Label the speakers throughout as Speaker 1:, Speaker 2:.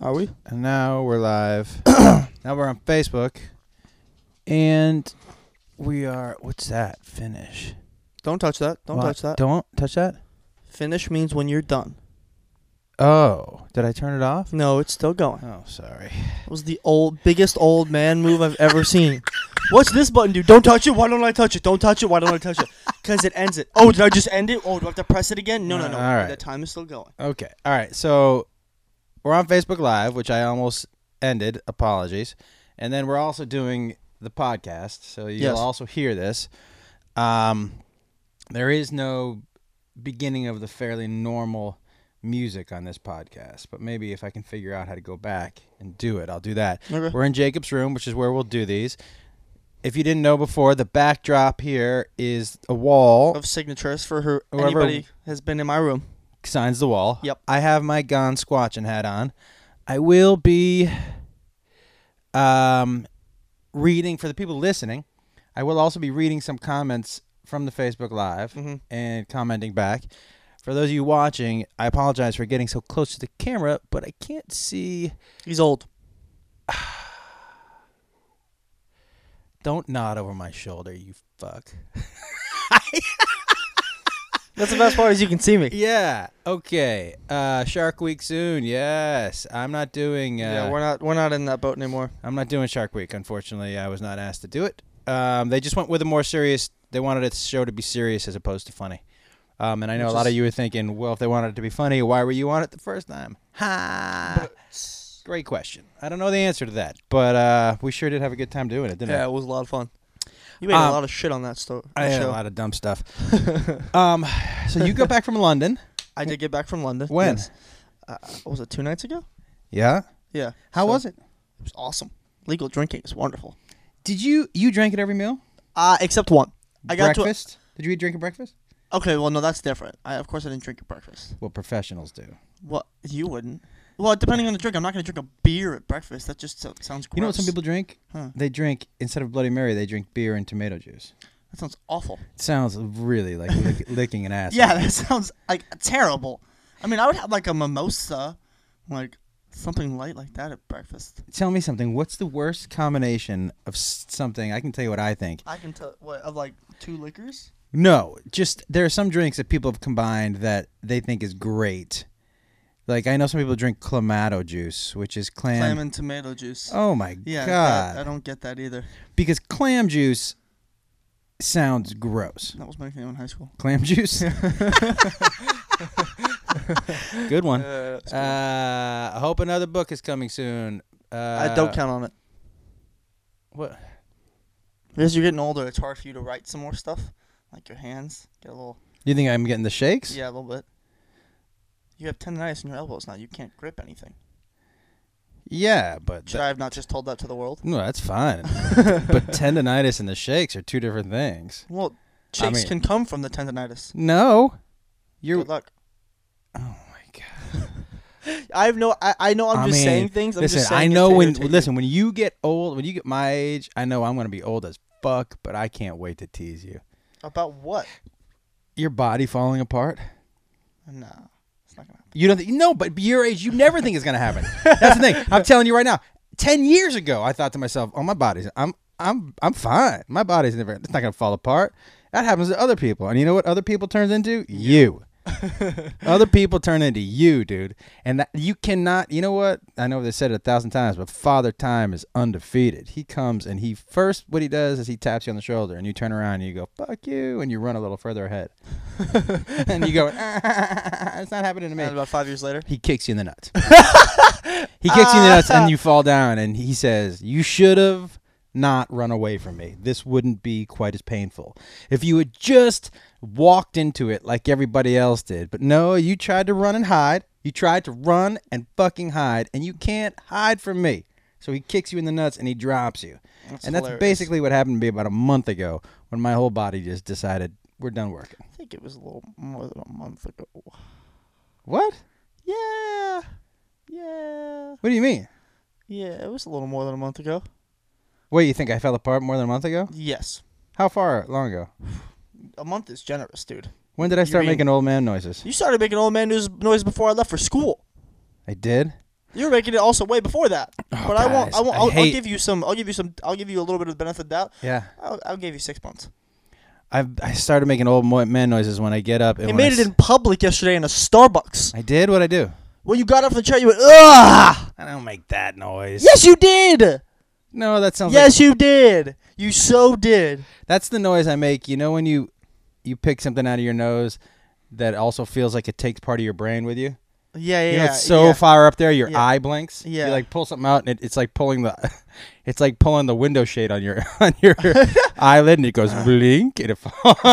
Speaker 1: Are we?
Speaker 2: And now we're live. now we're on Facebook. And we are what's that? Finish.
Speaker 1: Don't touch that. Don't
Speaker 2: What?
Speaker 1: touch that.
Speaker 2: Don't touch that?
Speaker 1: Finish means when you're done.
Speaker 2: Oh. Did I turn it off?
Speaker 1: No, it's still going.
Speaker 2: Oh, sorry.
Speaker 1: It was the old biggest old man move I've ever seen. What's this button do? Don't touch it. Why don't I touch it? Don't touch it. Why don't I touch it? Cuz it ends it. Oh, did I just end it? Oh, do I have to press it again? No, no,
Speaker 2: Uh,
Speaker 1: no.
Speaker 2: all right.
Speaker 1: The time is still going.
Speaker 2: Okay. All right. So we're on Facebook Live, which I almost ended. Apologies. And then we're also doing the podcast, so you'll
Speaker 1: Yes.
Speaker 2: also hear this. Um, there is no beginning of the fairly normal music on this podcast, but maybe if I can figure out how to go back and do it, I'll do that.
Speaker 1: Okay.
Speaker 2: We're in Jacob's room, which is where we'll do these. If you didn't know before, the backdrop here is a wall
Speaker 1: Of signatures for her
Speaker 2: Whoever-
Speaker 1: anybody has been in my room.
Speaker 2: signs the wall.
Speaker 1: Yep.
Speaker 2: I have my Gon squatching hat on. I will be um, reading for the people listening. I will also be reading some comments from the Facebook Live
Speaker 1: Mhm.
Speaker 2: and commenting back. For those of you watching, I apologize for getting so close to the camera, but I can't see.
Speaker 1: He's old.
Speaker 2: Don't nod over my shoulder, you fuck.
Speaker 1: That's the best part is you can see me.
Speaker 2: Yeah. Okay. Uh, Shark Week soon. Yes. I'm not doing. Uh,
Speaker 1: Yeah, we're not we're not in that boat anymore.
Speaker 2: I'm not doing Shark Week, unfortunately. I was not asked to do it. Um, they just went with a more serious. They wanted its show to be serious as opposed to funny. Um, and I know
Speaker 1: Which
Speaker 2: a lot
Speaker 1: is-
Speaker 2: of you were thinking, well, if they wanted it to be funny, why were you on it the first time? Ha! Great question. I don't know the answer to that, but uh, we sure did have a good time doing it, didn't
Speaker 1: Yeah,
Speaker 2: we?
Speaker 1: it was a lot of fun. You made a
Speaker 2: Um,
Speaker 1: lot of shit on that sto-
Speaker 2: I had
Speaker 1: show.
Speaker 2: a lot of dumb stuff. um, so you got back from London?
Speaker 1: I did get back from London.
Speaker 2: When?
Speaker 1: yes. Uh, was it two nights ago?
Speaker 2: Yeah.
Speaker 1: Yeah.
Speaker 2: How
Speaker 1: So-
Speaker 2: was it?
Speaker 1: It was awesome. Legal drinking is wonderful.
Speaker 2: Did you you drank at every meal?
Speaker 1: Uh, except one. I got
Speaker 2: breakfast. did you eat drink at breakfast?
Speaker 1: to. Okay, well, no, that's different. I, of course, I didn't drink at breakfast.
Speaker 2: Well, professionals do.
Speaker 1: What? You wouldn't. Well, depending on the drink, I'm not going to drink a beer at breakfast. That just so- sounds gross.
Speaker 2: You know what some people drink?
Speaker 1: Huh.
Speaker 2: They drink instead of Bloody Mary, they drink beer and tomato juice.
Speaker 1: That sounds awful.
Speaker 2: It sounds really like lick, licking an ass.
Speaker 1: Yeah, that sounds like terrible. I mean, I would have like a mimosa, like something light like that at breakfast.
Speaker 2: Tell me something. What's the worst combination of s- something? I can tell you what I think.
Speaker 1: I can tell what of like two liquors.
Speaker 2: No, just there are some drinks that people have combined that they think is great. Like I know some people drink clamato juice, which is clam.
Speaker 1: Clam and tomato juice.
Speaker 2: oh my
Speaker 1: yeah, that-
Speaker 2: god!
Speaker 1: I don't get that either.
Speaker 2: because clam juice sounds gross.
Speaker 1: That was my thing in high school.
Speaker 2: Clam juice. Good one. Uh, I hope another book is coming soon. Uh,
Speaker 1: I don't count on it.
Speaker 2: What?
Speaker 1: Because you're getting older, it's hard for you to write some more stuff, like your hands get a little,
Speaker 2: You think I'm getting the shakes?
Speaker 1: yeah, a little bit. You have tendonitis in your elbows now. You can't grip anything.
Speaker 2: Yeah, but
Speaker 1: Should I have not just told that to the world?
Speaker 2: no, that's fine. but tendonitis and the shakes are two different things.
Speaker 1: Well, shakes
Speaker 2: mean-
Speaker 1: can come from the tendonitis.
Speaker 2: No, you're.
Speaker 1: Good luck.
Speaker 2: Oh my god!
Speaker 1: I have no. I, I know. I'm
Speaker 2: I
Speaker 1: just
Speaker 2: mean,
Speaker 1: saying things. I'm
Speaker 2: listen,
Speaker 1: just saying
Speaker 2: I
Speaker 1: it
Speaker 2: know
Speaker 1: to
Speaker 2: when.
Speaker 1: irritate you.
Speaker 2: Listen, when you get old, when you get my age, I know I'm going to be old as fuck. But I can't wait to tease you.
Speaker 1: about what?
Speaker 2: Your body falling apart.
Speaker 1: No, it's not gonna happen.
Speaker 2: You don't think, no, but your age, you never think it's gonna happen. That's the thing. I'm telling you right now. Ten years ago, I thought to myself, "Oh, my body's, I'm, I'm, I'm fine. My body's never, it's not gonna fall apart." That happens to other people, and you know what other people turns into? You. other people turn into you, dude. And that, you cannot. You know what? I know they said it a thousand times, but Father Time is undefeated. He comes and he first, what he does is he taps you on the shoulder, and you turn around and you go, "Fuck you," and you run a little further ahead, and you go, "Ah, "It's not happening to me."
Speaker 1: And about five years later,
Speaker 2: He kicks you in the nuts. he kicks you in the nuts and you fall down and he says, "You should have not run away from me. This wouldn't be quite as painful if you had just walked into it like everybody else did. But no, you tried to run and hide. You tried to run and fucking hide and you can't hide from me." So he kicks you in the nuts and he drops you.
Speaker 1: That's
Speaker 2: and that's
Speaker 1: hilarious.
Speaker 2: basically what happened to me about a month ago when my whole body just decided we're done working.
Speaker 1: I think it was a little more than a month ago.
Speaker 2: What?
Speaker 1: Yeah, yeah,
Speaker 2: What do you mean?
Speaker 1: yeah. It was a little more than a month ago.
Speaker 2: Wait, you think I fell apart more than a month ago?
Speaker 1: Yes,
Speaker 2: How far long ago?
Speaker 1: a month is generous, dude.
Speaker 2: When did I
Speaker 1: You
Speaker 2: start
Speaker 1: mean-
Speaker 2: making old man noises?
Speaker 1: You started making old man news noise before I left for school.
Speaker 2: I did.
Speaker 1: You're making it also way before that. but I won't. I
Speaker 2: Oh, guys,
Speaker 1: won't.
Speaker 2: I
Speaker 1: I'll, I'll
Speaker 2: hate-
Speaker 1: give you some. I'll give you some. I'll give you a little bit of the benefit of the doubt.
Speaker 2: Yeah,
Speaker 1: I'll, I'll give you six months.
Speaker 2: I I started making old mo- man noises when I get up. And
Speaker 1: He
Speaker 2: when
Speaker 1: made
Speaker 2: I
Speaker 1: it
Speaker 2: s-
Speaker 1: in public yesterday in a Starbucks.
Speaker 2: I did what I do.
Speaker 1: When you got up from the chair, you went, "Ugh!"
Speaker 2: I don't make that noise.
Speaker 1: Yes, you did.
Speaker 2: No, that sounds. Like,
Speaker 1: Yes, you did. You so did.
Speaker 2: that's the noise I make. You know when you you pick something out of your nose that also feels like it takes part of your brain with you.
Speaker 1: Yeah, yeah,
Speaker 2: You know,
Speaker 1: yeah.
Speaker 2: it's so
Speaker 1: yeah.
Speaker 2: far up there, your
Speaker 1: Yeah.
Speaker 2: eye blinks.
Speaker 1: Yeah.
Speaker 2: you like pull something out, and it, it's like pulling the, it's like pulling the window shade on your on your eyelid, and it goes blink, and it falls.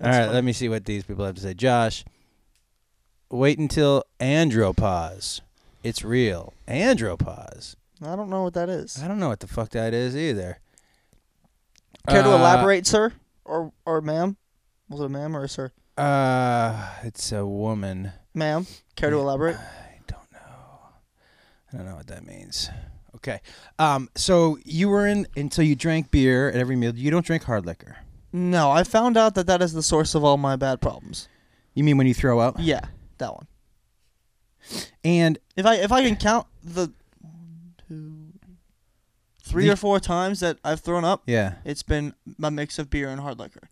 Speaker 2: All right, let me see what these people have to say. Josh, wait until andropause. It's real. Andropause.
Speaker 1: I don't know what that is.
Speaker 2: I don't know what the fuck that is either.
Speaker 1: Care to
Speaker 2: Uh,
Speaker 1: elaborate, sir, or or ma'am? Was it a ma'am or a sir?
Speaker 2: Uh, it's a woman.
Speaker 1: Ma'am, care to elaborate?
Speaker 2: I don't know. I don't know what that means. Okay. Um, so you were in until you drank beer at every meal. You don't drink hard liquor.
Speaker 1: No, I found out that that is the source of all my bad problems.
Speaker 2: You mean when you throw up?
Speaker 1: Yeah, that one.
Speaker 2: And
Speaker 1: If I if I can count the one, two, three
Speaker 2: The-
Speaker 1: or four times that I've thrown up,
Speaker 2: yeah.
Speaker 1: it's been a mix of beer and hard liquor.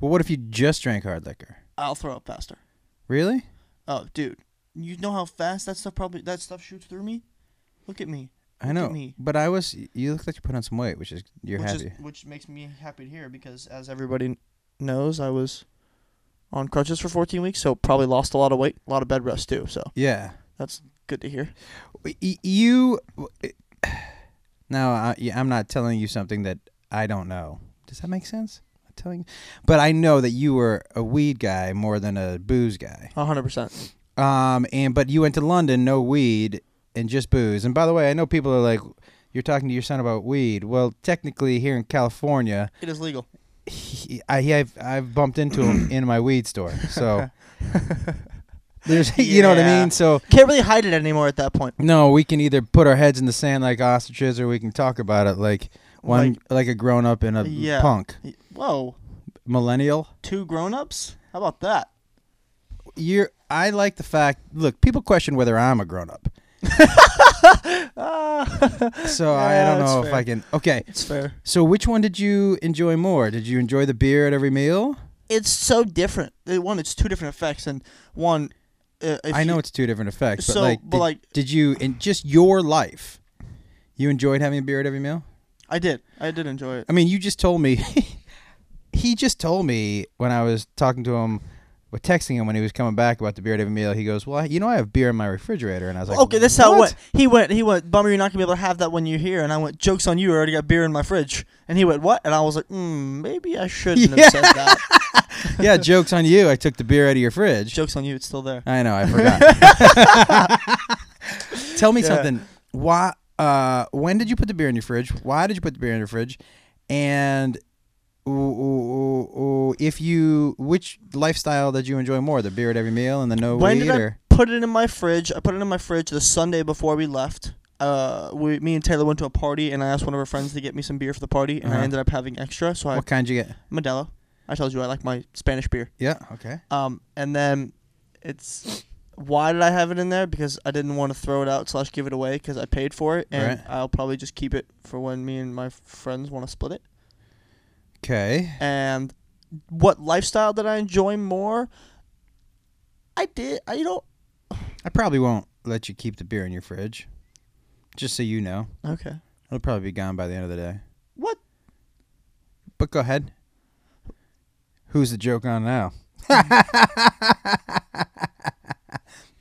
Speaker 2: Well, what if you just drank hard liquor?
Speaker 1: I'll throw up faster.
Speaker 2: Really?
Speaker 1: Oh, dude, you know how fast that stuff probably that stuff shoots through me. Look at me,
Speaker 2: I
Speaker 1: Look
Speaker 2: know.
Speaker 1: at me.
Speaker 2: But I was. You look like you put on some weight, which is you're
Speaker 1: which
Speaker 2: happy.
Speaker 1: is which makes me happy to hear because as everybody knows, I was on crutches for 14 weeks, so probably lost a lot of weight, a lot of bed rest too. So
Speaker 2: yeah.
Speaker 1: that's good to hear.
Speaker 2: Y- you. Now, I, yeah, I'm not telling you something that I don't know. Does that make sense? I'm telling, but I know that you were a weed guy more than a booze guy.
Speaker 1: 100. percent
Speaker 2: Um, and but you went to London, no weed and just booze. And by the way, I know people are like, you're talking to your son about weed. Well, technically, here in California,
Speaker 1: It is legal.
Speaker 2: he, I he, I've, I've bumped into him in my weed store. So there's, you know what I
Speaker 1: Yeah.
Speaker 2: mean. So
Speaker 1: Can't really hide it anymore at that point.
Speaker 2: no, we can either put our heads in the sand like ostriches, or we can talk about it like one like,
Speaker 1: Like-
Speaker 2: a grown up and a
Speaker 1: Yeah.
Speaker 2: punk
Speaker 1: Y- Whoa,
Speaker 2: millennial.
Speaker 1: two grown-ups? How about that?
Speaker 2: You're. I like the fact. Look, people question whether I'm a grown up. Ah, so I
Speaker 1: Yeah,
Speaker 2: don't
Speaker 1: that's
Speaker 2: know if
Speaker 1: fair.
Speaker 2: I can. Okay.
Speaker 1: It's fair.
Speaker 2: So which one did you enjoy more? Did you enjoy the beer at every meal?
Speaker 1: It's so different. Uh, One, it's two different effects, and one. Uh, if
Speaker 2: I know
Speaker 1: you-
Speaker 2: it's two different effects, but
Speaker 1: So,
Speaker 2: like,
Speaker 1: but
Speaker 2: did,
Speaker 1: like-
Speaker 2: did you in just your life? You enjoyed having a beer at every meal.
Speaker 1: I did. I did enjoy it.
Speaker 2: I mean, you just told me. he just told me when I was talking to him, or texting him when he was coming back about the beer at every meal. He goes, "Well, I- you know, I have beer in my refrigerator," and I was like,
Speaker 1: okay, that's how it
Speaker 2: "What?"
Speaker 1: went. He went. He went. Bummer, you're not gonna be able to have that when you're here. And I went. Jokes on you. I already got beer in my fridge. And he went. What? And I was like, mm, maybe I shouldn't have said that.
Speaker 2: yeah, jokes on you. I took the beer out of your fridge.
Speaker 1: Jokes on you. It's still there.
Speaker 2: I know, I forgot. Tell me
Speaker 1: Yeah.
Speaker 2: something. Why? Uh, when did you put the beer in your fridge? Why did you put the beer in your fridge? And ooh, ooh, ooh, ooh, if you, which lifestyle did you enjoy more? The beer at every meal and the no
Speaker 1: when
Speaker 2: weed,
Speaker 1: did I
Speaker 2: or
Speaker 1: put it in my fridge? I put it in my fridge the Sunday before we left. Uh, we, me and Taylor went to a party, and I asked one of her friends to get me some beer for the party, and I
Speaker 2: Uh-huh.
Speaker 1: ended up having extra. So I
Speaker 2: what kind you get?
Speaker 1: Modelo. I told you I like my Spanish beer.
Speaker 2: Yeah. Okay.
Speaker 1: Um, and then it's why did I have it in there? Because I didn't want to throw it out slash give it away because I paid for it, and
Speaker 2: Right.
Speaker 1: I'll probably just keep it for when me and my friends want to split it.
Speaker 2: Okay.
Speaker 1: And what lifestyle did I enjoy more? I did. I you know.
Speaker 2: I probably won't let you keep the beer in your fridge. Just so you know,
Speaker 1: Okay.
Speaker 2: it'll probably be gone by the end of the day.
Speaker 1: What?
Speaker 2: But go ahead. Who's the joke on now?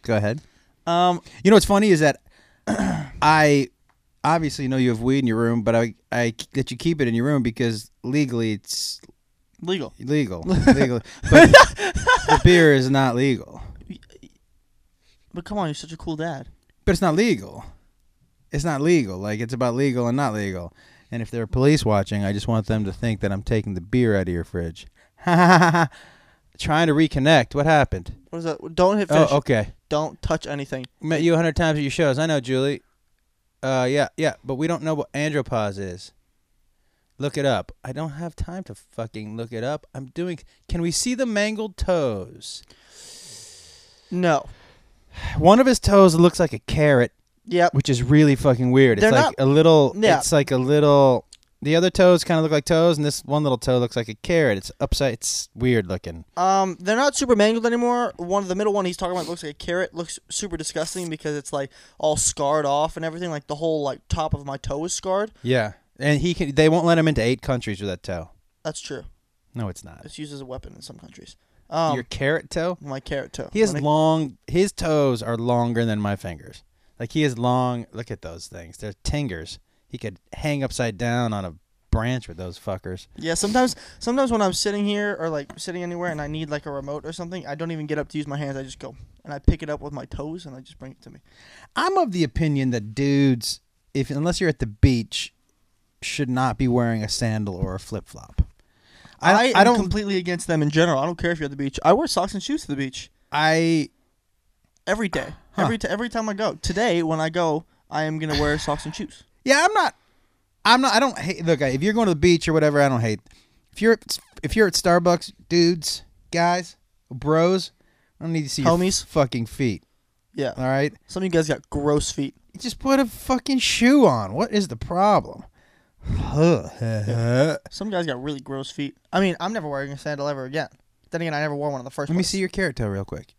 Speaker 2: go ahead.
Speaker 1: Um.
Speaker 2: You know what's funny is that I obviously know you have weed in your room, but I I let you keep it in your room because legally it's
Speaker 1: Legal.
Speaker 2: legal. legal. But the beer is not legal.
Speaker 1: But come on, you're such a cool dad.
Speaker 2: But it's not legal. It's not legal. Like it's about legal and not legal. And if there are police watching, I just want them to think that I'm taking the beer out of your fridge. Trying to reconnect. What happened?
Speaker 1: What is that? Don't hit finish.
Speaker 2: Oh, okay.
Speaker 1: Don't touch anything.
Speaker 2: Met you a hundred times at your shows. I know, Julie. Uh, yeah, yeah, but we don't know what andropause is. Look it up. I don't have time to fucking look it up. I'm doing. Can we see the mangled toes?
Speaker 1: No.
Speaker 2: One of his toes looks like a carrot,
Speaker 1: Yep.
Speaker 2: which is really fucking weird.
Speaker 1: They're
Speaker 2: it's
Speaker 1: not-
Speaker 2: like a little.
Speaker 1: Yeah.
Speaker 2: It's like a little. The other toes kind of look like toes, and this one little toe looks like a carrot. It's upside. It's weird looking.
Speaker 1: Um, they're not super mangled anymore. One of the middle one he's talking about looks like a carrot. Looks super disgusting because it's like all scarred off and everything. Like the whole like top of my toe is scarred.
Speaker 2: Yeah, and he can. They won't let him into eight countries with that toe.
Speaker 1: That's true.
Speaker 2: No, it's not.
Speaker 1: It's used as a weapon in some countries. Um,
Speaker 2: Your carrot toe.
Speaker 1: my carrot toe.
Speaker 2: He has
Speaker 1: When it-
Speaker 2: long. His toes are longer than my fingers. Like he has long. Look at those things. They're tingers. He could hang upside down on a branch with those fuckers.
Speaker 1: Yeah, sometimes sometimes when I'm sitting here or like sitting anywhere and I need like a remote or something, I don't even get up to use my hands. I just go and I pick it up with my toes and I just bring it to me.
Speaker 2: I'm of the opinion that dudes, if unless you're at the beach, should not be wearing a sandal or a flip flop.
Speaker 1: I,
Speaker 2: I
Speaker 1: am
Speaker 2: I don't
Speaker 1: completely against them in general. I don't care if you're at the beach. I wear socks and shoes to the beach
Speaker 2: I
Speaker 1: every day. Every t- every time I go. Today when I go, I am gonna wear socks and shoes.
Speaker 2: yeah I'm not I'm not I don't hate look if you're going to the beach or whatever I don't hate if you're at- if you're at Starbucks dudes guys bros I don't need to see your
Speaker 1: Homies.
Speaker 2: fucking feet
Speaker 1: Yeah.
Speaker 2: all right
Speaker 1: Some of you guys got gross feet.
Speaker 2: just put a fucking shoe on what is the problem let
Speaker 1: Some guys got really gross feet. I mean, I'm never wearing a sandal ever again. Then again, I never wore one in the first.
Speaker 2: me
Speaker 1: place.
Speaker 2: see your carrot toe real quick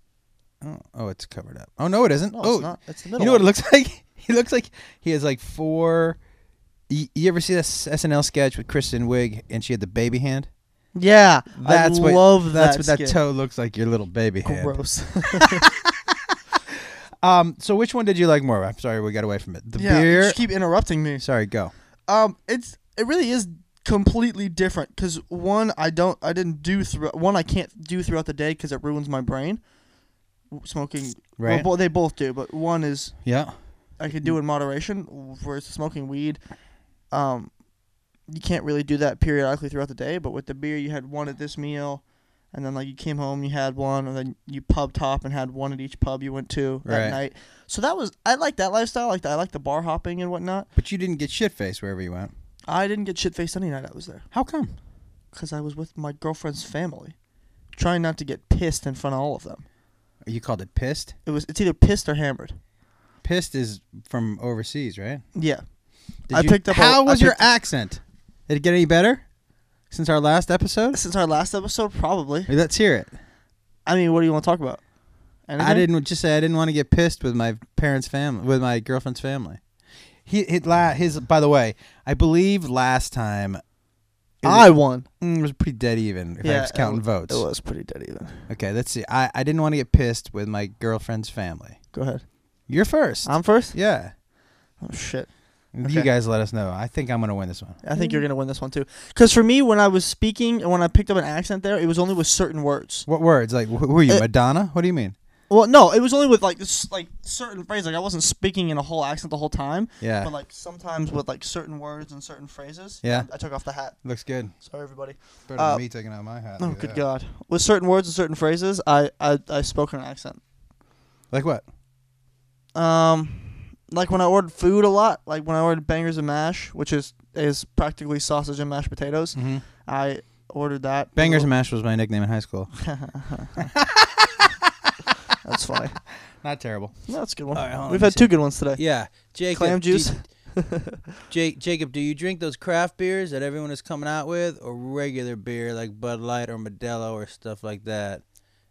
Speaker 2: oh, oh it's covered up oh no it isn't
Speaker 1: No,
Speaker 2: oh
Speaker 1: it's not. It's the middle.
Speaker 2: you know what it
Speaker 1: one.
Speaker 2: looks like? He looks like he has like four. You, you ever see that s- SNL sketch with Kristen Wiig and she had the baby hand?
Speaker 1: yeah,
Speaker 2: That's
Speaker 1: I
Speaker 2: what-
Speaker 1: love
Speaker 2: That's
Speaker 1: that.
Speaker 2: what that
Speaker 1: skit.
Speaker 2: toe looks like. Your little baby hand.
Speaker 1: Gross.
Speaker 2: Um. So which one did you like more? I'm sorry, we got away from it. The
Speaker 1: yeah, you
Speaker 2: beer.
Speaker 1: just keep interrupting me.
Speaker 2: Sorry, go.
Speaker 1: Um, it's it really is completely different because one I don't I didn't do through one I can't do throughout the day because it ruins my brain. W- Smoking,
Speaker 2: Right.
Speaker 1: Well, bo- they both do, but one is
Speaker 2: Yeah.
Speaker 1: I could
Speaker 2: Mm.
Speaker 1: do in moderation. Whereas smoking weed, um, you can't really do that periodically throughout the day. But with the beer, you had one at this meal, and then like you came home, you had one, and then you pub top and had one at each pub you went to
Speaker 2: Right.
Speaker 1: that night. So that was I like that lifestyle. Like I like the bar hopping and whatnot.
Speaker 2: But you didn't get shit faced wherever you went.
Speaker 1: I didn't get shit faced any night I was there.
Speaker 2: How come?
Speaker 1: because I was with my girlfriend's family, trying not to get pissed in front of all of them.
Speaker 2: You called it pissed.
Speaker 1: It was it's either pissed or hammered.
Speaker 2: Pissed is from overseas, right?
Speaker 1: Yeah,
Speaker 2: Did
Speaker 1: I
Speaker 2: you-
Speaker 1: picked up a-
Speaker 2: How
Speaker 1: I
Speaker 2: was your
Speaker 1: picked-
Speaker 2: accent? Did it get any better since our last episode?
Speaker 1: since our last episode, probably.
Speaker 2: Let's hear it.
Speaker 1: I mean, what do you want to talk about? Anything?
Speaker 2: I didn't just say I didn't want to get pissed with my parents' family, with my girlfriend's family. He, his, la- his by the way, I believe last time it
Speaker 1: I won.
Speaker 2: was, mm, it was pretty dead even if I
Speaker 1: Yeah,
Speaker 2: was counting
Speaker 1: it
Speaker 2: votes.
Speaker 1: was pretty dead even.
Speaker 2: Okay, let's see. I, I didn't want to get pissed with my girlfriend's family.
Speaker 1: Go ahead.
Speaker 2: You're first.
Speaker 1: I'm first.
Speaker 2: yeah.
Speaker 1: Oh shit!
Speaker 2: You
Speaker 1: Uh, Okay.
Speaker 2: guys let us know. I think I'm going to win this one.
Speaker 1: I think you're gonna win this one too. Because for me, when I was speaking and when I picked up an accent there, it was only with certain words.
Speaker 2: What words? Like wh- who are you?
Speaker 1: Uh,
Speaker 2: Madonna? What do you mean?
Speaker 1: Well, no, it was only with like this, like certain phrases. Like I wasn't speaking in a whole accent the whole time,
Speaker 2: Yeah.
Speaker 1: but like sometimes with like certain words and certain phrases.
Speaker 2: Yeah.
Speaker 1: I, I took off the hat.
Speaker 2: Looks good.
Speaker 1: Sorry, everybody.
Speaker 2: Better
Speaker 1: Uh,
Speaker 2: than me taking out my hat.
Speaker 1: Oh,
Speaker 2: Look at
Speaker 1: good
Speaker 2: that.
Speaker 1: God. With certain words and certain phrases, I, I, I spoke in an accent.
Speaker 2: Like what?
Speaker 1: Um, like when I ordered food a lot, like when I ordered bangers and mash, which is, is practically sausage and mashed potatoes,
Speaker 2: Mm-hmm.
Speaker 1: I ordered that.
Speaker 2: Bangers and Mash was my nickname in high school.
Speaker 1: That's funny.
Speaker 2: Not terrible.
Speaker 1: No, that's a good one.
Speaker 2: All right, hold on,
Speaker 1: We've
Speaker 2: let me
Speaker 1: had two good ones today.
Speaker 2: Yeah. Jacob,
Speaker 1: Clam
Speaker 2: do you-
Speaker 1: juice.
Speaker 2: Jake, Jacob, do you drink those craft beers that everyone is coming out with, or regular beer like Bud Light or Modelo or stuff like that?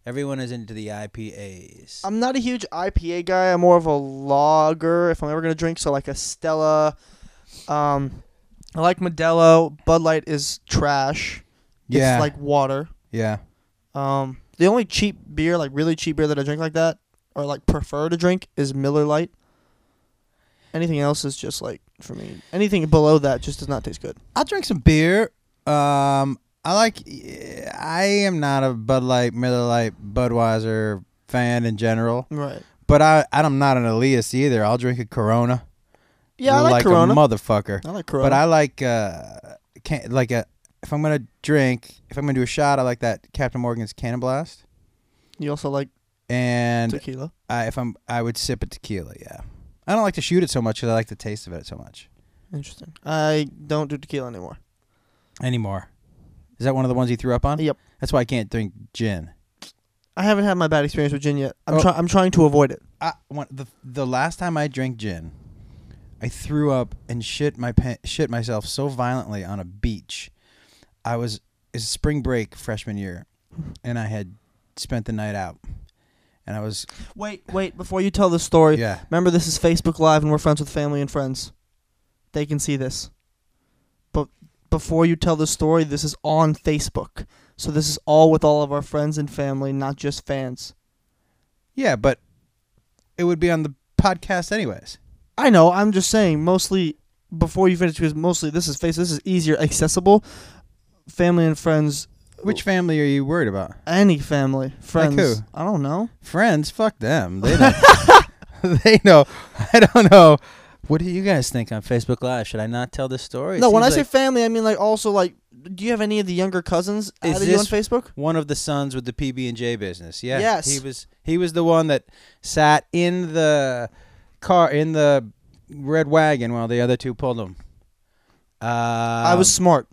Speaker 2: Everyone is into the IPAs.
Speaker 1: I'm not a huge IPA guy. I'm more of a lager if I'm ever gonna drink. So like a Stella. Um, I like Modelo. Bud Light is trash.
Speaker 2: yeah,
Speaker 1: It's like water.
Speaker 2: yeah.
Speaker 1: Um, the only cheap beer, like really cheap beer that I drink like that, or like prefer to drink, is Miller Lite. Anything else is just like for me. Anything below that just does not taste good.
Speaker 2: I'll drink some beer. Um, I like. I am not a Bud Light, Miller Light, Budweiser fan in general,
Speaker 1: Right.
Speaker 2: but I I'm not an elitist either. I'll drink a Corona.
Speaker 1: Yeah, I like,
Speaker 2: like
Speaker 1: Corona.
Speaker 2: a motherfucker.
Speaker 1: I like Corona.
Speaker 2: But I like uh, can like a if I'm gonna drink, if I'm gonna do a shot, I like that Captain Morgan's Cannon Blast.
Speaker 1: you also like
Speaker 2: And
Speaker 1: tequila.
Speaker 2: I, if I'm, I would sip a tequila. Yeah, I don't like to shoot it so much because I like the taste of it so much
Speaker 1: Interesting. I don't do tequila anymore.
Speaker 2: anymore. Is that one of the ones you threw up on?
Speaker 1: Yep.
Speaker 2: That's why I can't drink gin.
Speaker 1: I haven't had my bad experience with gin yet. I'm
Speaker 2: Oh.
Speaker 1: try I'm trying to avoid it.
Speaker 2: I, when, the the last time I drank gin, I threw up and shit my pa- shit myself so violently on a beach. I was it's spring break freshman year, and I had spent the night out, and I was
Speaker 1: Wait, wait, before you tell the story,
Speaker 2: yeah.
Speaker 1: remember this is Facebook Live and we're friends with family and friends. They can see this. But before you tell the story, this is on Facebook. So this is all with all of our friends and family, not just fans.
Speaker 2: Yeah, but it would be on the podcast anyways.
Speaker 1: I know. I'm just saying. Mostly before you finish, because mostly this is face. This is easier accessible. Family and friends.
Speaker 2: Which family are you worried about?
Speaker 1: Any family, friends.
Speaker 2: who?
Speaker 1: I don't know.
Speaker 2: Friends, fuck them. They know. they know. I don't know. What do you guys think on Facebook Live? Should I not tell this story? It
Speaker 1: no, when I
Speaker 2: seems
Speaker 1: say
Speaker 2: like
Speaker 1: family, I mean like also like. Do you have any of the younger cousins
Speaker 2: Is
Speaker 1: added you on
Speaker 2: this-
Speaker 1: Facebook?
Speaker 2: one of the sons with the PB and J business. Yeah.
Speaker 1: Yes.
Speaker 2: He was he was the one that sat in the car in the red wagon while the other two pulled him. Uh,
Speaker 1: I was smart.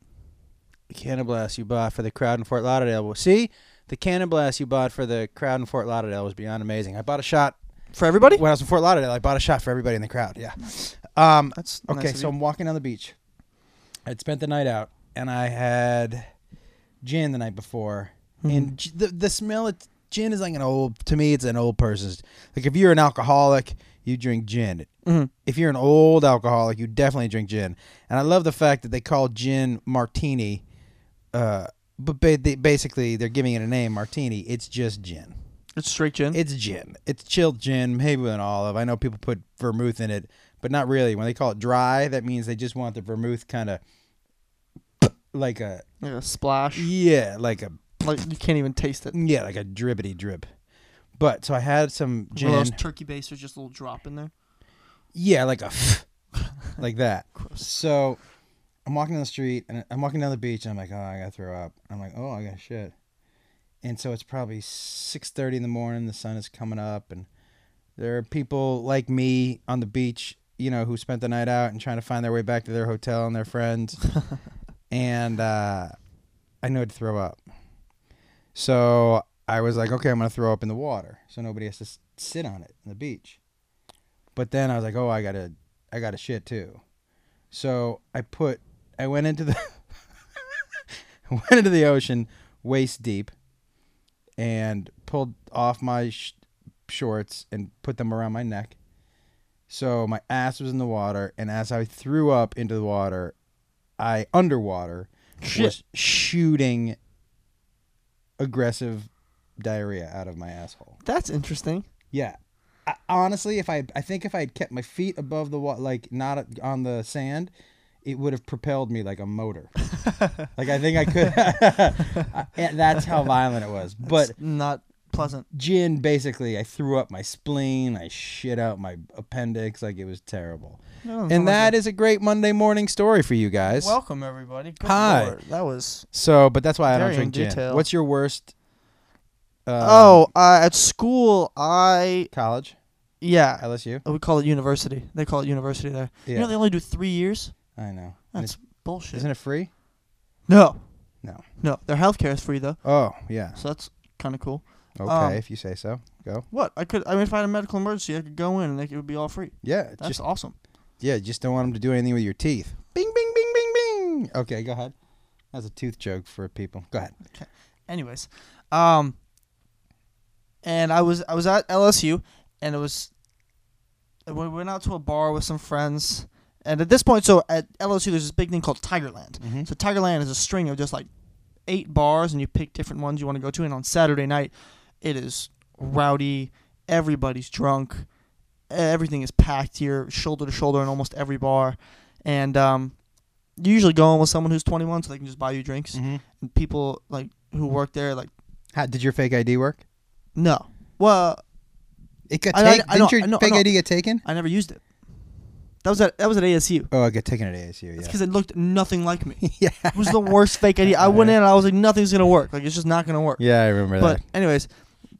Speaker 2: cannon blast you bought for the crowd in Fort Lauderdale. Well, see, the cannon blast you bought for the crowd in Fort Lauderdale was beyond amazing. I bought a shot
Speaker 1: For everybody.
Speaker 2: when I was in Fort Lauderdale. I bought a shot for everybody in the crowd. Yeah. Um,
Speaker 1: That's nice
Speaker 2: okay,
Speaker 1: of
Speaker 2: so
Speaker 1: you.
Speaker 2: I'm walking on the beach. I'd spent the night out, and I had gin the night before, and g- the the smell of gin is like an old to me. It's an old person's. Like if you're an alcoholic, you drink gin.
Speaker 1: Mhm.
Speaker 2: If you're an old alcoholic, you definitely drink gin. And I love the fact that they call gin martini, uh, but ba- they, basically they're giving it a name, martini. It's just gin.
Speaker 1: it's straight gin.
Speaker 2: It's gin. It's chilled gin, maybe with an olive. I know people put vermouth in it, but not really. When they call it dry, that means they just want the vermouth kind of like a
Speaker 1: like a splash.
Speaker 2: yeah, like a
Speaker 1: Like you can't even taste it.
Speaker 2: yeah, like a drippity drip. But so I had some
Speaker 1: One of
Speaker 2: gin.
Speaker 1: those turkey bass with just a little drop in there.
Speaker 2: Yeah, like a like that.
Speaker 1: Gross.
Speaker 2: So I'm walking down the street and I'm walking down the beach and I'm like, oh, I gotta throw up. I'm like, oh, I got shit. And so it's probably six thirty in the morning. The sun is coming up, and there are people like me on the beach, you know, who spent the night out and trying to find their way back to their hotel and their friends. and uh, I knew I'd throw up, so I was like, okay, I'm gonna throw up in the water, so nobody has to s- sit on it on the beach. But then I was like, oh, I gotta, I gotta shit too. So I put I went into the went into the ocean waist deep and pulled off my sh- shorts and put them around my neck. So my ass was in the water and as I threw up into the water, I underwater was
Speaker 1: Shit.
Speaker 2: shooting aggressive diarrhea out of my asshole.
Speaker 1: That's interesting.
Speaker 2: Yeah. I, honestly, if I I think if I had kept my feet above the water, like not on the sand, it would have propelled me like a motor. like I think I could. And that's how violent it was. But
Speaker 1: It's not pleasant.
Speaker 2: gin, basically, I threw up my spleen. I shit out my appendix. Like it was terrible.
Speaker 1: No,
Speaker 2: And that is a great Monday morning story for you guys.
Speaker 1: Welcome everybody. Good
Speaker 2: Hi.
Speaker 1: Lord, That was
Speaker 2: so, but that's why I don't
Speaker 1: Very in
Speaker 2: drink gin.
Speaker 1: detail.
Speaker 2: What's your worst? Uh,
Speaker 1: Oh, uh, at school, I
Speaker 2: college,
Speaker 1: yeah,
Speaker 2: LSU.
Speaker 1: we call it university. They call it university there.
Speaker 2: Yeah,
Speaker 1: You know they only do three years.
Speaker 2: I know. And
Speaker 1: That's
Speaker 2: it's-
Speaker 1: bullshit.
Speaker 2: isn't it free?
Speaker 1: no,
Speaker 2: No.
Speaker 1: no. Their healthcare is free though,
Speaker 2: Oh yeah.
Speaker 1: so that's kind of cool.
Speaker 2: Okay,
Speaker 1: Um,
Speaker 2: if you say so. Go.
Speaker 1: What I could, I mean, if I had a medical emergency, I could go in and like, it would be all free.
Speaker 2: Yeah,
Speaker 1: That's
Speaker 2: just
Speaker 1: awesome.
Speaker 2: yeah, just don't want them to do anything with your teeth. Bing, bing, bing, bing, bing. Okay, go ahead. That's a tooth joke for people. Go ahead.
Speaker 1: Anyways, um, and I was I was at LSU, and it was we went out to a bar with some friends, and at this point, so at LSU there's this big thing called Tigerland.
Speaker 2: Mm-hmm.
Speaker 1: So Tigerland is a string of just like eight bars, and you pick different ones you want to go to. And on Saturday night, it is rowdy. Everybody's drunk. Everything is packed here, shoulder to shoulder, in almost every bar. And um, you usually go in with someone who's 21, so they can just buy you drinks.
Speaker 2: Mm.
Speaker 1: And people like who work there, like
Speaker 2: How, did your fake ID work?
Speaker 1: no, well,
Speaker 2: It got
Speaker 1: I- I-
Speaker 2: taken.
Speaker 1: I
Speaker 2: Didn't
Speaker 1: know-
Speaker 2: your
Speaker 1: I know- I
Speaker 2: fake
Speaker 1: know.
Speaker 2: ID get taken?
Speaker 1: I never used it. That was at that was at ASU.
Speaker 2: Oh, it got taken at ASU.
Speaker 1: It's
Speaker 2: Yeah.
Speaker 1: because it looked nothing like me.
Speaker 2: yeah.
Speaker 1: It was the worst fake idea. I went in and I was like, nothing's gonna work. Like it's just not gonna work.
Speaker 2: Yeah, I remember
Speaker 1: But
Speaker 2: that.
Speaker 1: anyways,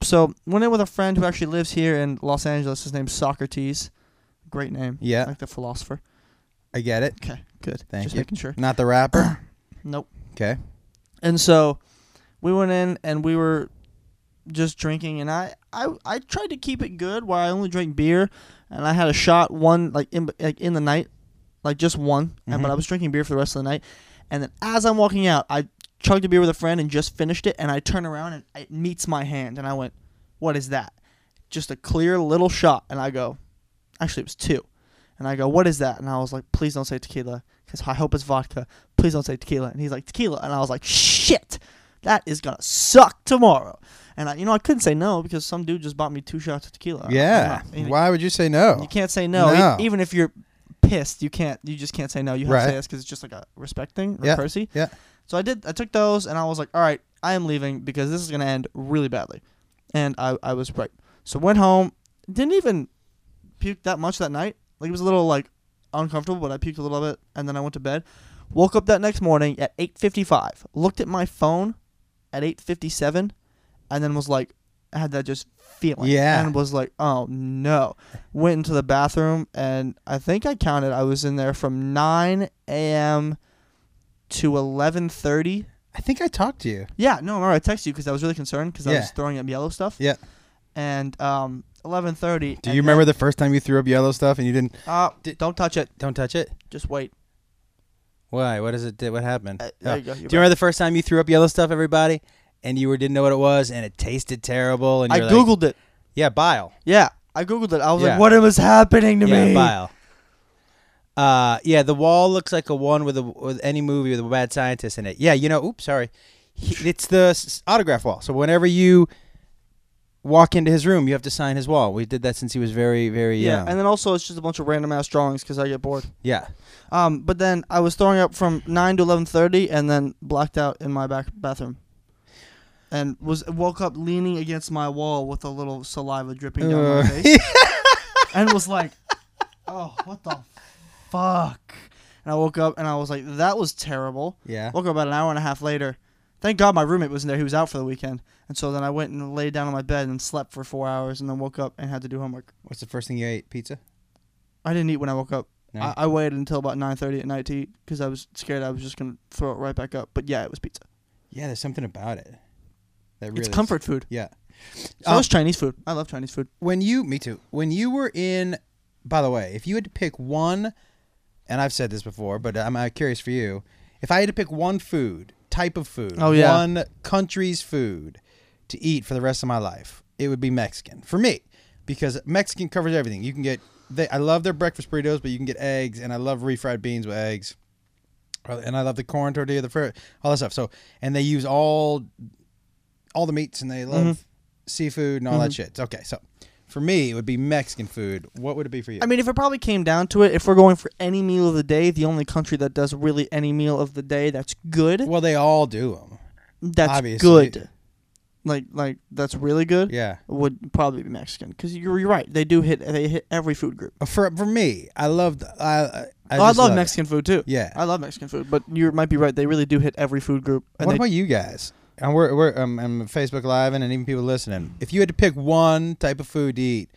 Speaker 1: so went in with a friend who actually lives here in Los Angeles. His name's Socrates. Great name.
Speaker 2: Yeah.
Speaker 1: Like the philosopher.
Speaker 2: I get it.
Speaker 1: Okay, good.
Speaker 2: Thank
Speaker 1: Just
Speaker 2: you.
Speaker 1: making sure.
Speaker 2: Not the rapper.
Speaker 1: Nope.
Speaker 2: Okay.
Speaker 1: And so we went in and we were just drinking, and I, I I tried to keep it good where I only drank beer, and I had a shot one like in like in the night, like just one, and, but I was drinking beer for the rest of the night, and then as I'm walking out, I chugged a beer with a friend and just finished it, and I turn around and it meets my hand, and I went, "What is that?" Just a clear little shot, and I go, actually it was two, and I go, "What is that?" And I was like, "Please don't say tequila." Because I hope it's vodka. Please don't say tequila. And he's like, tequila. And I was like, shit that is gonna suck tomorrow. And I, you know, I couldn't say no because some dude just bought me two shots of tequila. Uh, I'm
Speaker 2: Yeah.
Speaker 1: not- you, know,
Speaker 2: Why would you say no?
Speaker 1: you can't say no, E-
Speaker 2: No.
Speaker 1: even if you're pissed. You can't. You just can't say no. You have to
Speaker 2: Right.
Speaker 1: say yes because it's just like a respect thing or
Speaker 2: Yeah.
Speaker 1: courtesy.
Speaker 2: Yeah.
Speaker 1: So I did. I took those and I was like, all right, I am leaving because this is gonna end really badly. And I, I was right. So went home. Didn't even puke that much that night. Like it was a little like uncomfortable, but I puked a little bit and then I went to bed. Woke up that next morning at 8:55. Looked at my phone at 8:57 and then was like I had that just feeling
Speaker 2: Yeah.
Speaker 1: and was like, "Oh no." Went into the bathroom and I think I counted I was in there from 9 a.m. to 11:30.
Speaker 2: I think I talked to you.
Speaker 1: Yeah, no, remember I texted you cuz I was really concerned cuz I
Speaker 2: Yeah.
Speaker 1: was throwing up yellow stuff.
Speaker 2: Yeah.
Speaker 1: And um 11:30.
Speaker 2: Do you remember the first time you threw up yellow stuff and you didn't?
Speaker 1: the uh,
Speaker 2: Did-
Speaker 1: don't touch it.
Speaker 2: Don't touch it.
Speaker 1: Just wait.
Speaker 2: Why? What is it? do- What happened?
Speaker 1: Uh,
Speaker 2: Oh.
Speaker 1: there you go.
Speaker 2: Do you remember the first time you threw up yellow stuff, everybody, and you were, didn't know what it was, and it tasted terrible? And
Speaker 1: I
Speaker 2: you're like,
Speaker 1: googled it.
Speaker 2: yeah, bile.
Speaker 1: Yeah, I googled it. I was
Speaker 2: Yeah.
Speaker 1: like, "What was happening to
Speaker 2: yeah,
Speaker 1: me?"
Speaker 2: bile. Uh, yeah, the wall looks like a one with a with any movie with a bad scientist in it. Yeah, you know. Oops, sorry. He, it's the s- autograph wall. So whenever you walk into his room, you have to sign his wall. We did that since he was very, very
Speaker 1: Yeah,
Speaker 2: young.
Speaker 1: and then also it's just a bunch of random ass drawings because I get bored.
Speaker 2: yeah.
Speaker 1: Um, but then I was throwing up from nine to eleven thirty, and then blacked out in my back bathroom, and was woke up leaning against my wall with a little saliva dripping down
Speaker 2: Uh,
Speaker 1: my face, and was like, "Oh, what the fuck!" And I woke up and I was like, "That was terrible."
Speaker 2: Yeah.
Speaker 1: Woke up about an hour and a half later. Thank God my roommate was in there. He was out for the weekend, and so then I went and laid down on my bed and slept for four hours, and then woke up and had to do homework.
Speaker 2: What's the first thing you ate? Pizza.
Speaker 1: I didn't eat when I woke up.
Speaker 2: No?
Speaker 1: I, I waited until about nine thirty at night to eat because I was scared I was just gonna throw it right back up. But yeah, it was pizza.
Speaker 2: Yeah, there's something about it. That really
Speaker 1: it's comfort food.
Speaker 2: Yeah.
Speaker 1: So
Speaker 2: Um,
Speaker 1: it's Chinese food. I love Chinese food.
Speaker 2: when you me too when you were in by the way if you had to pick one and i've said this before but i'm uh, curious for you if i had to pick one food type of food
Speaker 1: Oh, yeah.
Speaker 2: one country's food to eat for the rest of my life it would be mexican for me because mexican covers everything you can get they, i love their breakfast burritos but you can get eggs and i love refried beans with eggs and i love the corn tortilla the fruit all that stuff so and they use all all the meats and they love
Speaker 1: Mm-hmm.
Speaker 2: seafood and all that shit. Okay, so for me, it would be Mexican food. What would it be for you?
Speaker 1: I mean, if it probably came down to it, if we're going for any meal of the day, the only country that does really any meal of the day that's good,
Speaker 2: well, they all do them.
Speaker 1: that's
Speaker 2: obviously.
Speaker 1: good, like like that's really good,
Speaker 2: Yeah.
Speaker 1: would probably be Mexican because you're, you're right. They do hit they hit every food group.
Speaker 2: For for me, I loved. I I,
Speaker 1: Oh, I
Speaker 2: just
Speaker 1: love
Speaker 2: it.
Speaker 1: Mexican food too.
Speaker 2: Yeah.
Speaker 1: I love Mexican food, but you might be right. They really do hit every food group. And
Speaker 2: what
Speaker 1: they,
Speaker 2: about you guys? And we're we're um, and Facebook Live and, and even people listening. If you had to pick one type of food to eat,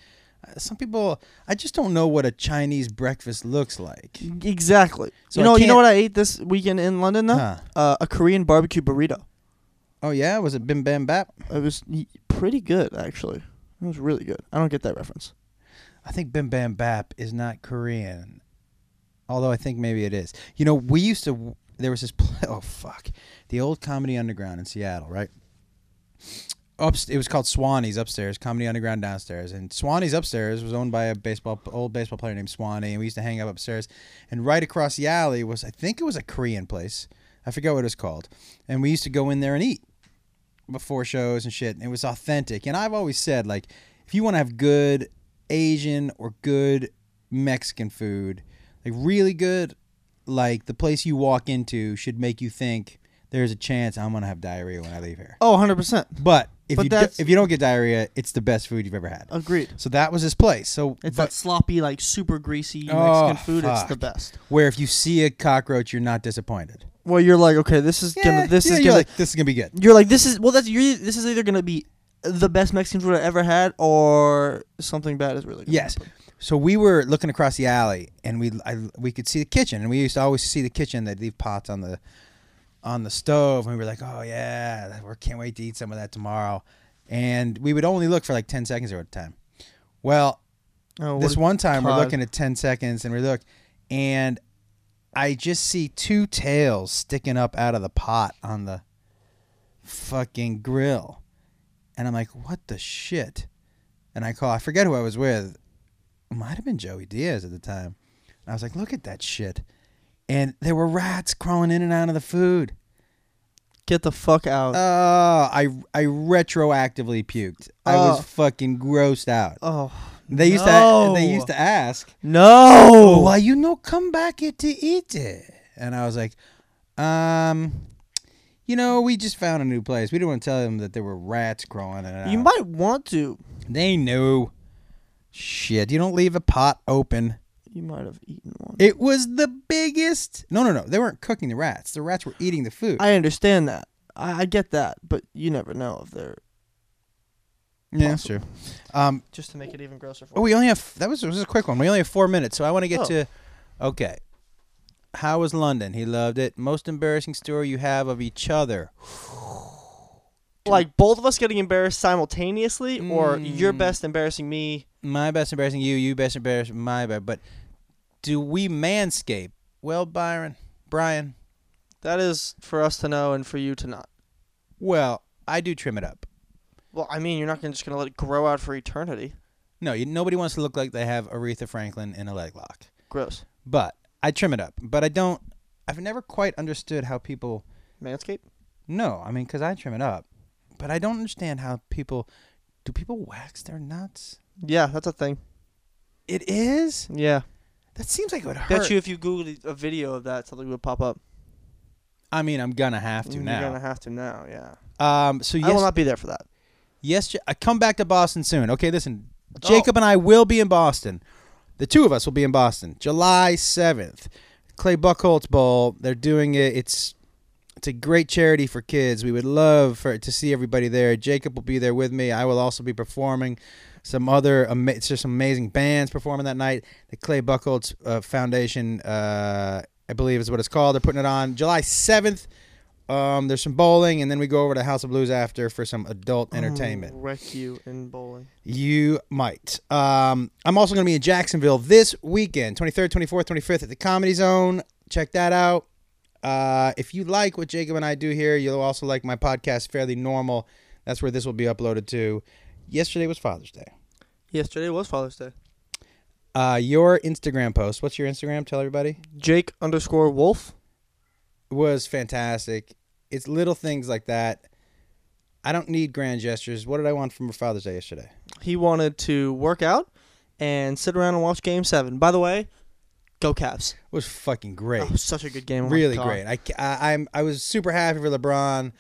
Speaker 2: uh, some people I just don't know what a Chinese breakfast looks like.
Speaker 1: Exactly.
Speaker 2: So
Speaker 1: you
Speaker 2: I
Speaker 1: know, you know
Speaker 2: can't-
Speaker 1: what I ate this weekend in London though?
Speaker 2: Huh.
Speaker 1: Uh, a Korean barbecue burrito.
Speaker 2: Oh yeah, was it bim bam bap?
Speaker 1: It was y- pretty good actually. It was really good. I don't get that reference.
Speaker 2: I think Bim Bam Bap is not Korean, although I think maybe it is. You know, we used to. There was this. Play, oh fuck, the old Comedy Underground in Seattle, right? Up, it was called Swanee's upstairs, Comedy Underground downstairs, and Swanee's upstairs was owned by a baseball old baseball player named Swanee, and we used to hang out upstairs. And right across the alley was, I think it was a Korean place. I forget what it was called, and we used to go in there and eat before shows and shit. And it was authentic. And I've always said, like, if you want to have good Asian or good Mexican food, like really good, like the place you walk into should make you think there's a chance I'm gonna have diarrhea when I leave here.
Speaker 1: Oh, 100%.
Speaker 2: But if
Speaker 1: But
Speaker 2: you do,
Speaker 1: that's-
Speaker 2: if you don't get diarrhea, it's the best food you've ever had.
Speaker 1: Agreed.
Speaker 2: So that was this place. So
Speaker 1: It's
Speaker 2: but-
Speaker 1: that sloppy like super greasy
Speaker 2: Oh,
Speaker 1: Mexican food. It's the
Speaker 2: fuck.
Speaker 1: best.
Speaker 2: where if you see a cockroach, you're not disappointed.
Speaker 1: Well, you're like, okay, this is
Speaker 2: Yeah,
Speaker 1: gonna this
Speaker 2: yeah,
Speaker 1: is
Speaker 2: you're
Speaker 1: gonna
Speaker 2: like, this is gonna be good.
Speaker 1: You're like this is well that's you're this is either going to be the best Mexican food I ever had or something bad is really good.
Speaker 2: Yes. So we were looking across the alley, and we I, we could see the kitchen, and we used to always see the kitchen. They'd leave pots on the on the stove, and we were like, "Oh yeah, we can't wait to eat some of that tomorrow." and we would only look for like ten seconds at a time. Well,
Speaker 1: Oh,
Speaker 2: this
Speaker 1: what-
Speaker 2: one time we're
Speaker 1: Todd.
Speaker 2: looking at 10 seconds and we look and i just see two tails sticking up out of the pot on the fucking grill and i'm like what the shit and i call i forget who i was with it might have been joey diaz at the time and i was like look at that shit and there were rats crawling in and out of the food
Speaker 1: Get the fuck out.
Speaker 2: oh i i retroactively puked i
Speaker 1: Oh.
Speaker 2: was fucking grossed out
Speaker 1: oh
Speaker 2: they used
Speaker 1: No.
Speaker 2: to they used to ask
Speaker 1: no!
Speaker 2: oh, why you no come back here to eat it? And I was like, um, you know, we just found a new place. We didn't want to tell them that there were rats crawling in and out.
Speaker 1: You might want to.
Speaker 2: they knew. Shit, you don't leave a pot open.
Speaker 1: You might have eaten one.
Speaker 2: It was the biggest. No, no, no. They weren't cooking the rats. The rats were eating the food.
Speaker 1: I understand that. I, I get that, but you never know if they're
Speaker 2: yeah, that's true. Um,
Speaker 1: just to make it even grosser. For
Speaker 2: oh, we only have that was, was a quick one. We only have four minutes, so I want to get
Speaker 1: Oh.
Speaker 2: to. Okay, how was London? He loved it. Most embarrassing story you have of each other?
Speaker 1: like both of us getting embarrassed simultaneously, or your
Speaker 2: Mm.
Speaker 1: best embarrassing me.
Speaker 2: my best embarrassing you, you best embarrass my bad. But do we manscape? Well, Byron, Brian,
Speaker 1: That is for us to know and for you to not.
Speaker 2: well, I do trim it up.
Speaker 1: Well, I mean, you're not gonna, just gonna let it grow out for eternity.
Speaker 2: No, you, nobody wants to look like they have Aretha Franklin in a leg lock.
Speaker 1: Gross.
Speaker 2: But I trim it up. But I don't. I've never quite understood how people.
Speaker 1: Manscape.
Speaker 2: No, I mean, because I trim it up, but I don't understand how people. Do people wax their nuts?
Speaker 1: Yeah, that's a thing.
Speaker 2: It is.
Speaker 1: Yeah.
Speaker 2: That seems like it would hurt.
Speaker 1: Bet you if you Googled a video of that, something would pop up.
Speaker 2: I mean, I'm gonna have to
Speaker 1: Mm, You're
Speaker 2: now.
Speaker 1: gonna have to now. Yeah.
Speaker 2: Um. So yes,
Speaker 1: I will not be there for that.
Speaker 2: Yes, Ja- I come back to Boston soon. Okay, listen, Jacob and I will be in Boston. The two of us will be in Boston, July seventh, Clay Buckholz Bowl. They're doing it. It's it's a great charity for kids. We would love for to see everybody there. Jacob will be there with me. I will also be performing. Some other ama- it's just amazing bands performing that night. The Clay Buckholz uh, Foundation, uh, I believe, is what it's called. They're putting it on July seventh. Um, there's some bowling, and then we go over to House of Blues after for some adult
Speaker 1: Oh.
Speaker 2: entertainment.
Speaker 1: I'll wreck you in bowling.
Speaker 2: You might. Um, I'm also going to be in Jacksonville this weekend, 23rd, 24th, 25th at the Comedy Zone. Check that out. Uh, if you like what Jacob and I do here, you'll also like my podcast, Fairly Normal. That's where this will be uploaded to. Yesterday was Father's Day.
Speaker 1: Yesterday was Father's Day.
Speaker 2: Uh, your Instagram post, what's your Instagram? Tell everybody.
Speaker 1: Jake underscore Wolf.
Speaker 2: Was fantastic. It's little things like that. I don't need grand gestures. What did I want from Father's Day yesterday?
Speaker 1: He wanted to work out and sit around and watch Game Seven. By the way, go Cavs!
Speaker 2: It was fucking great.
Speaker 1: Oh, such a good game. oh my
Speaker 2: really
Speaker 1: God.
Speaker 2: great. I, ca- I I'm I was super happy for LeBron.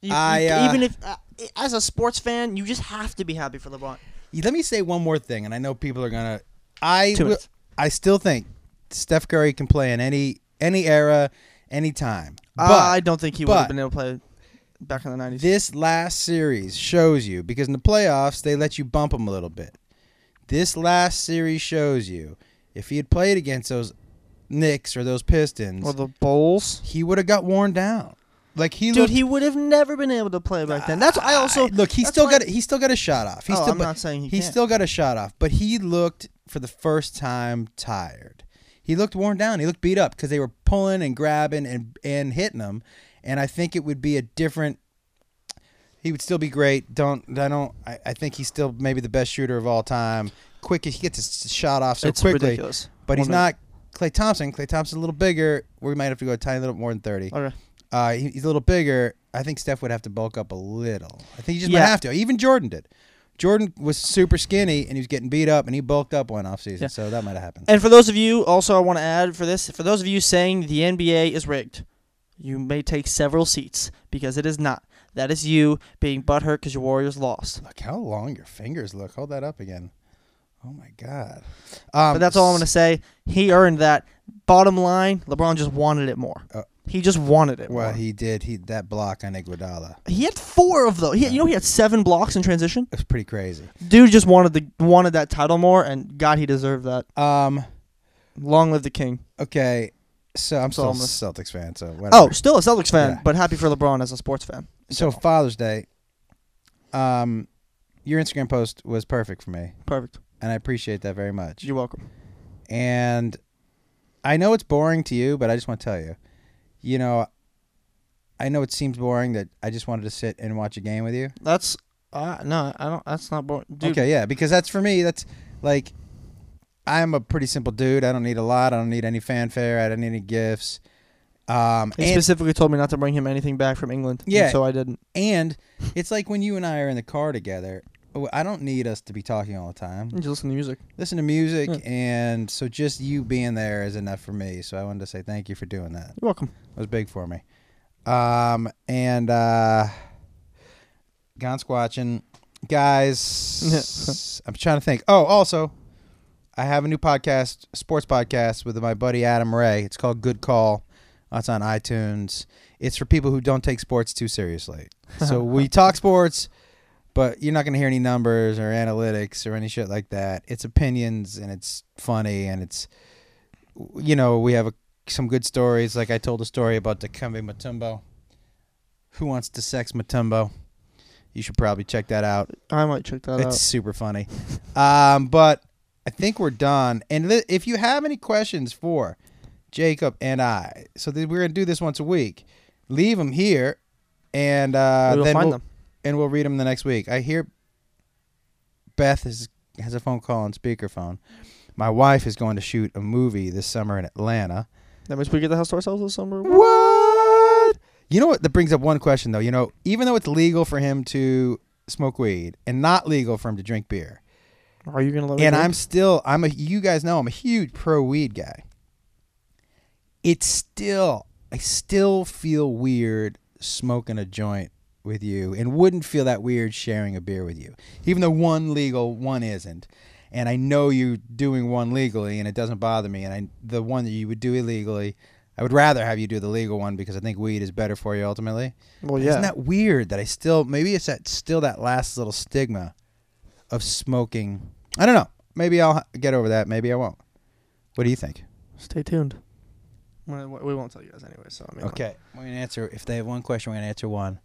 Speaker 1: You- you-
Speaker 2: I, uh,
Speaker 1: even if uh, as a sports fan, you just have to be happy for LeBron.
Speaker 2: Let me say one more thing, and I know people are gonna. I
Speaker 1: Two
Speaker 2: will-
Speaker 1: minutes.
Speaker 2: I still think Steph Curry can play in any any era, any time. But
Speaker 1: uh, I don't think he would
Speaker 2: but-
Speaker 1: have been able to play back in the nineties.
Speaker 2: this last series shows you because in the playoffs they let you bump him a little bit. This last series shows you if he had played against those Knicks or those Pistons,
Speaker 1: Or the Bulls.
Speaker 2: he would have got worn down. Like he
Speaker 1: Dude,
Speaker 2: looked-
Speaker 1: he would have never been able to play back then. That's I also
Speaker 2: look. He
Speaker 1: that's
Speaker 2: still
Speaker 1: why-
Speaker 2: got. a- He still got a shot off. He
Speaker 1: Oh,
Speaker 2: still,
Speaker 1: I'm
Speaker 2: but
Speaker 1: not saying he
Speaker 2: he
Speaker 1: can't.
Speaker 2: still got a shot off. But he looked for the first time tired. He looked worn down. He looked beat up because they were pulling and grabbing and and hitting him. And I think it would be a different. He would still be great. Don't I don't I, I think he's still maybe the best shooter of all time. Quick, he gets his shot off so
Speaker 1: it's
Speaker 2: quickly.
Speaker 1: ridiculous.
Speaker 2: But he's
Speaker 1: One minute.
Speaker 2: not Clay Thompson. Clay Thompson's a little bigger. We might have to go a tiny little more than thirty.
Speaker 1: All right.
Speaker 2: Uh, he- he's a little bigger. I think Steph would have to bulk up a little. I think he just
Speaker 1: Yeah.
Speaker 2: might have to. Even Jordan did. Jordan was super skinny and he was getting beat up, and he bulked up one off season,
Speaker 1: Yeah.
Speaker 2: so that might have happened.
Speaker 1: And for those of you, also, I want to add for this for those of you saying the NBA is rigged, you may take several seats because it is not. That is you being butthurt because your Warriors lost.
Speaker 2: Look how long your fingers look. Hold that up again. Oh my god. Um,
Speaker 1: But that's all I'm going to say. He earned that. Bottom line, LeBron just wanted it more.
Speaker 2: Uh,
Speaker 1: he just wanted it
Speaker 2: Well,
Speaker 1: more. He,
Speaker 2: he did. He that block on Iguodala
Speaker 1: had four of those. He, you know, he had seven blocks in transition.
Speaker 2: it was pretty crazy.
Speaker 1: Dude just wanted the wanted that title more, and God, he deserved that.
Speaker 2: Um.
Speaker 1: Long live the king.
Speaker 2: Okay. So I'm
Speaker 1: That's all
Speaker 2: still
Speaker 1: I'm
Speaker 2: a Celtics fan. So whatever.
Speaker 1: Oh, still a Oh, Celtics fan,
Speaker 2: Yeah.
Speaker 1: but happy for LeBron as a sports fan.
Speaker 2: So Father's Day, um, your Instagram post was perfect for me,
Speaker 1: Perfect.
Speaker 2: and I appreciate that very much.
Speaker 1: You're welcome.
Speaker 2: And I know it's boring to you, but I just want to tell you, you know, I know it seems boring that I just wanted to sit and watch a game with you.
Speaker 1: That's uh no, I don't. That's not boring, dude.
Speaker 2: Okay, yeah, because that's for me. That's like, I'm a pretty simple dude. I don't need a lot. I don't need any fanfare. I don't need any gifts. Um,
Speaker 1: He
Speaker 2: and,
Speaker 1: specifically told me not to bring him anything back from England. and
Speaker 2: Yeah.
Speaker 1: So I didn't.
Speaker 2: and it's like when you and I are in the car together. oh, I don't need us to be talking all the time.
Speaker 1: Just listen to music.
Speaker 2: Listen to music,
Speaker 1: Yeah.
Speaker 2: and so just you being there is enough for me. So I wanted to say thank you for doing that.
Speaker 1: You're welcome.
Speaker 2: It was big for me. Um, and uh, gone squatching, guys. I'm trying to think. Oh, also, I have a new podcast, sports podcast, with my buddy Adam Ray. It's called Good Call. That's on iTunes. It's for people who don't take sports too seriously. So we talk sports, but you're not going to hear any numbers or analytics or any shit like that. It's opinions and it's funny and it's you know, we have a, some good stories. Like I told a story about Dikembe Mutombo. Who wants to sex Mutombo? You should probably check that out.
Speaker 1: I might check that
Speaker 2: It's super funny. Um, but I think we're done. And li- if you have any questions for Jacob and I, so that we're gonna do this once a week, leave them here, and uh,
Speaker 1: out. We'll
Speaker 2: then
Speaker 1: find
Speaker 2: we'll,
Speaker 1: them.
Speaker 2: and we'll read them the next week. I hear Beth is, has a phone call on speakerphone. My wife is going to shoot a movie this summer in Atlanta.
Speaker 1: That means we get the house to ourselves this summer.
Speaker 2: What? You know what? That brings up one question though. You know, even though it's legal for him to smoke weed and not legal for him to drink beer,
Speaker 1: Are you gonna let me?
Speaker 2: and
Speaker 1: drink?
Speaker 2: I'm still, I'm a, you guys know, I'm a huge pro weed guy. It's still, I still feel weird smoking a joint with you, and wouldn't feel that weird sharing a beer with you, even though one legal, one isn't. And I know you doing one legally, and it doesn't bother me. And I, the one that you would do illegally, I would rather have you do the legal one because I think weed is better for you ultimately.
Speaker 1: Well,
Speaker 2: Isn't
Speaker 1: yeah.
Speaker 2: that weird that I still maybe it's that still that last little stigma of smoking. I don't know. Maybe I'll get over that. Maybe I won't. What do you think?
Speaker 1: Stay tuned. Well, We we won't tell you guys anyway. So I mean, like-
Speaker 2: Okay, we're gonna answer. If they have one question, we're gonna answer one.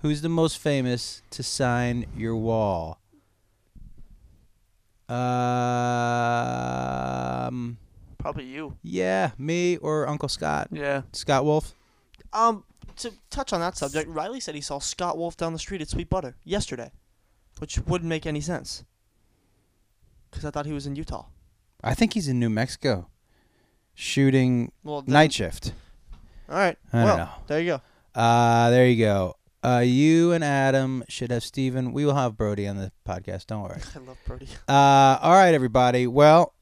Speaker 2: Who's the most famous to sign your wall? Um.
Speaker 1: Probably you.
Speaker 2: Yeah, me or Uncle Scott.
Speaker 1: Yeah.
Speaker 2: Scott Wolf.
Speaker 1: Um, to touch on that subject, Riley said he saw Scott Wolf down the street at Sweet Butter yesterday, which wouldn't make any sense. Because I thought he was in Utah.
Speaker 2: I think he's in New Mexico, shooting
Speaker 1: Well, then-
Speaker 2: night shift.
Speaker 1: All right.
Speaker 2: I don't
Speaker 1: well,
Speaker 2: know.
Speaker 1: there you go.
Speaker 2: Uh, there you go. Uh, you and Adam should have Steven. We will have Brody on the podcast. Don't worry.
Speaker 1: I love Brody.
Speaker 2: Uh, all right, everybody. Well,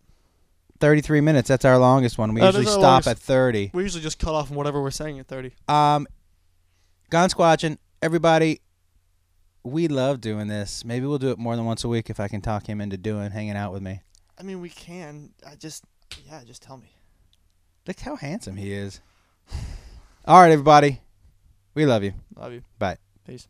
Speaker 2: 33 minutes. That's our longest one. We
Speaker 1: That
Speaker 2: usually
Speaker 1: is our
Speaker 2: stop
Speaker 1: longest.
Speaker 2: at 30.
Speaker 1: We usually just cut off on whatever we're saying at 30.
Speaker 2: Um, gone squatching. Everybody, we love doing this. Maybe we'll do it more than once a week if I can talk him into doing hanging out with me.
Speaker 1: I mean, we can. I just, yeah, just tell me.
Speaker 2: Look how handsome he is. All right, everybody. We love you.
Speaker 1: Love you.
Speaker 2: Bye.
Speaker 1: Peace.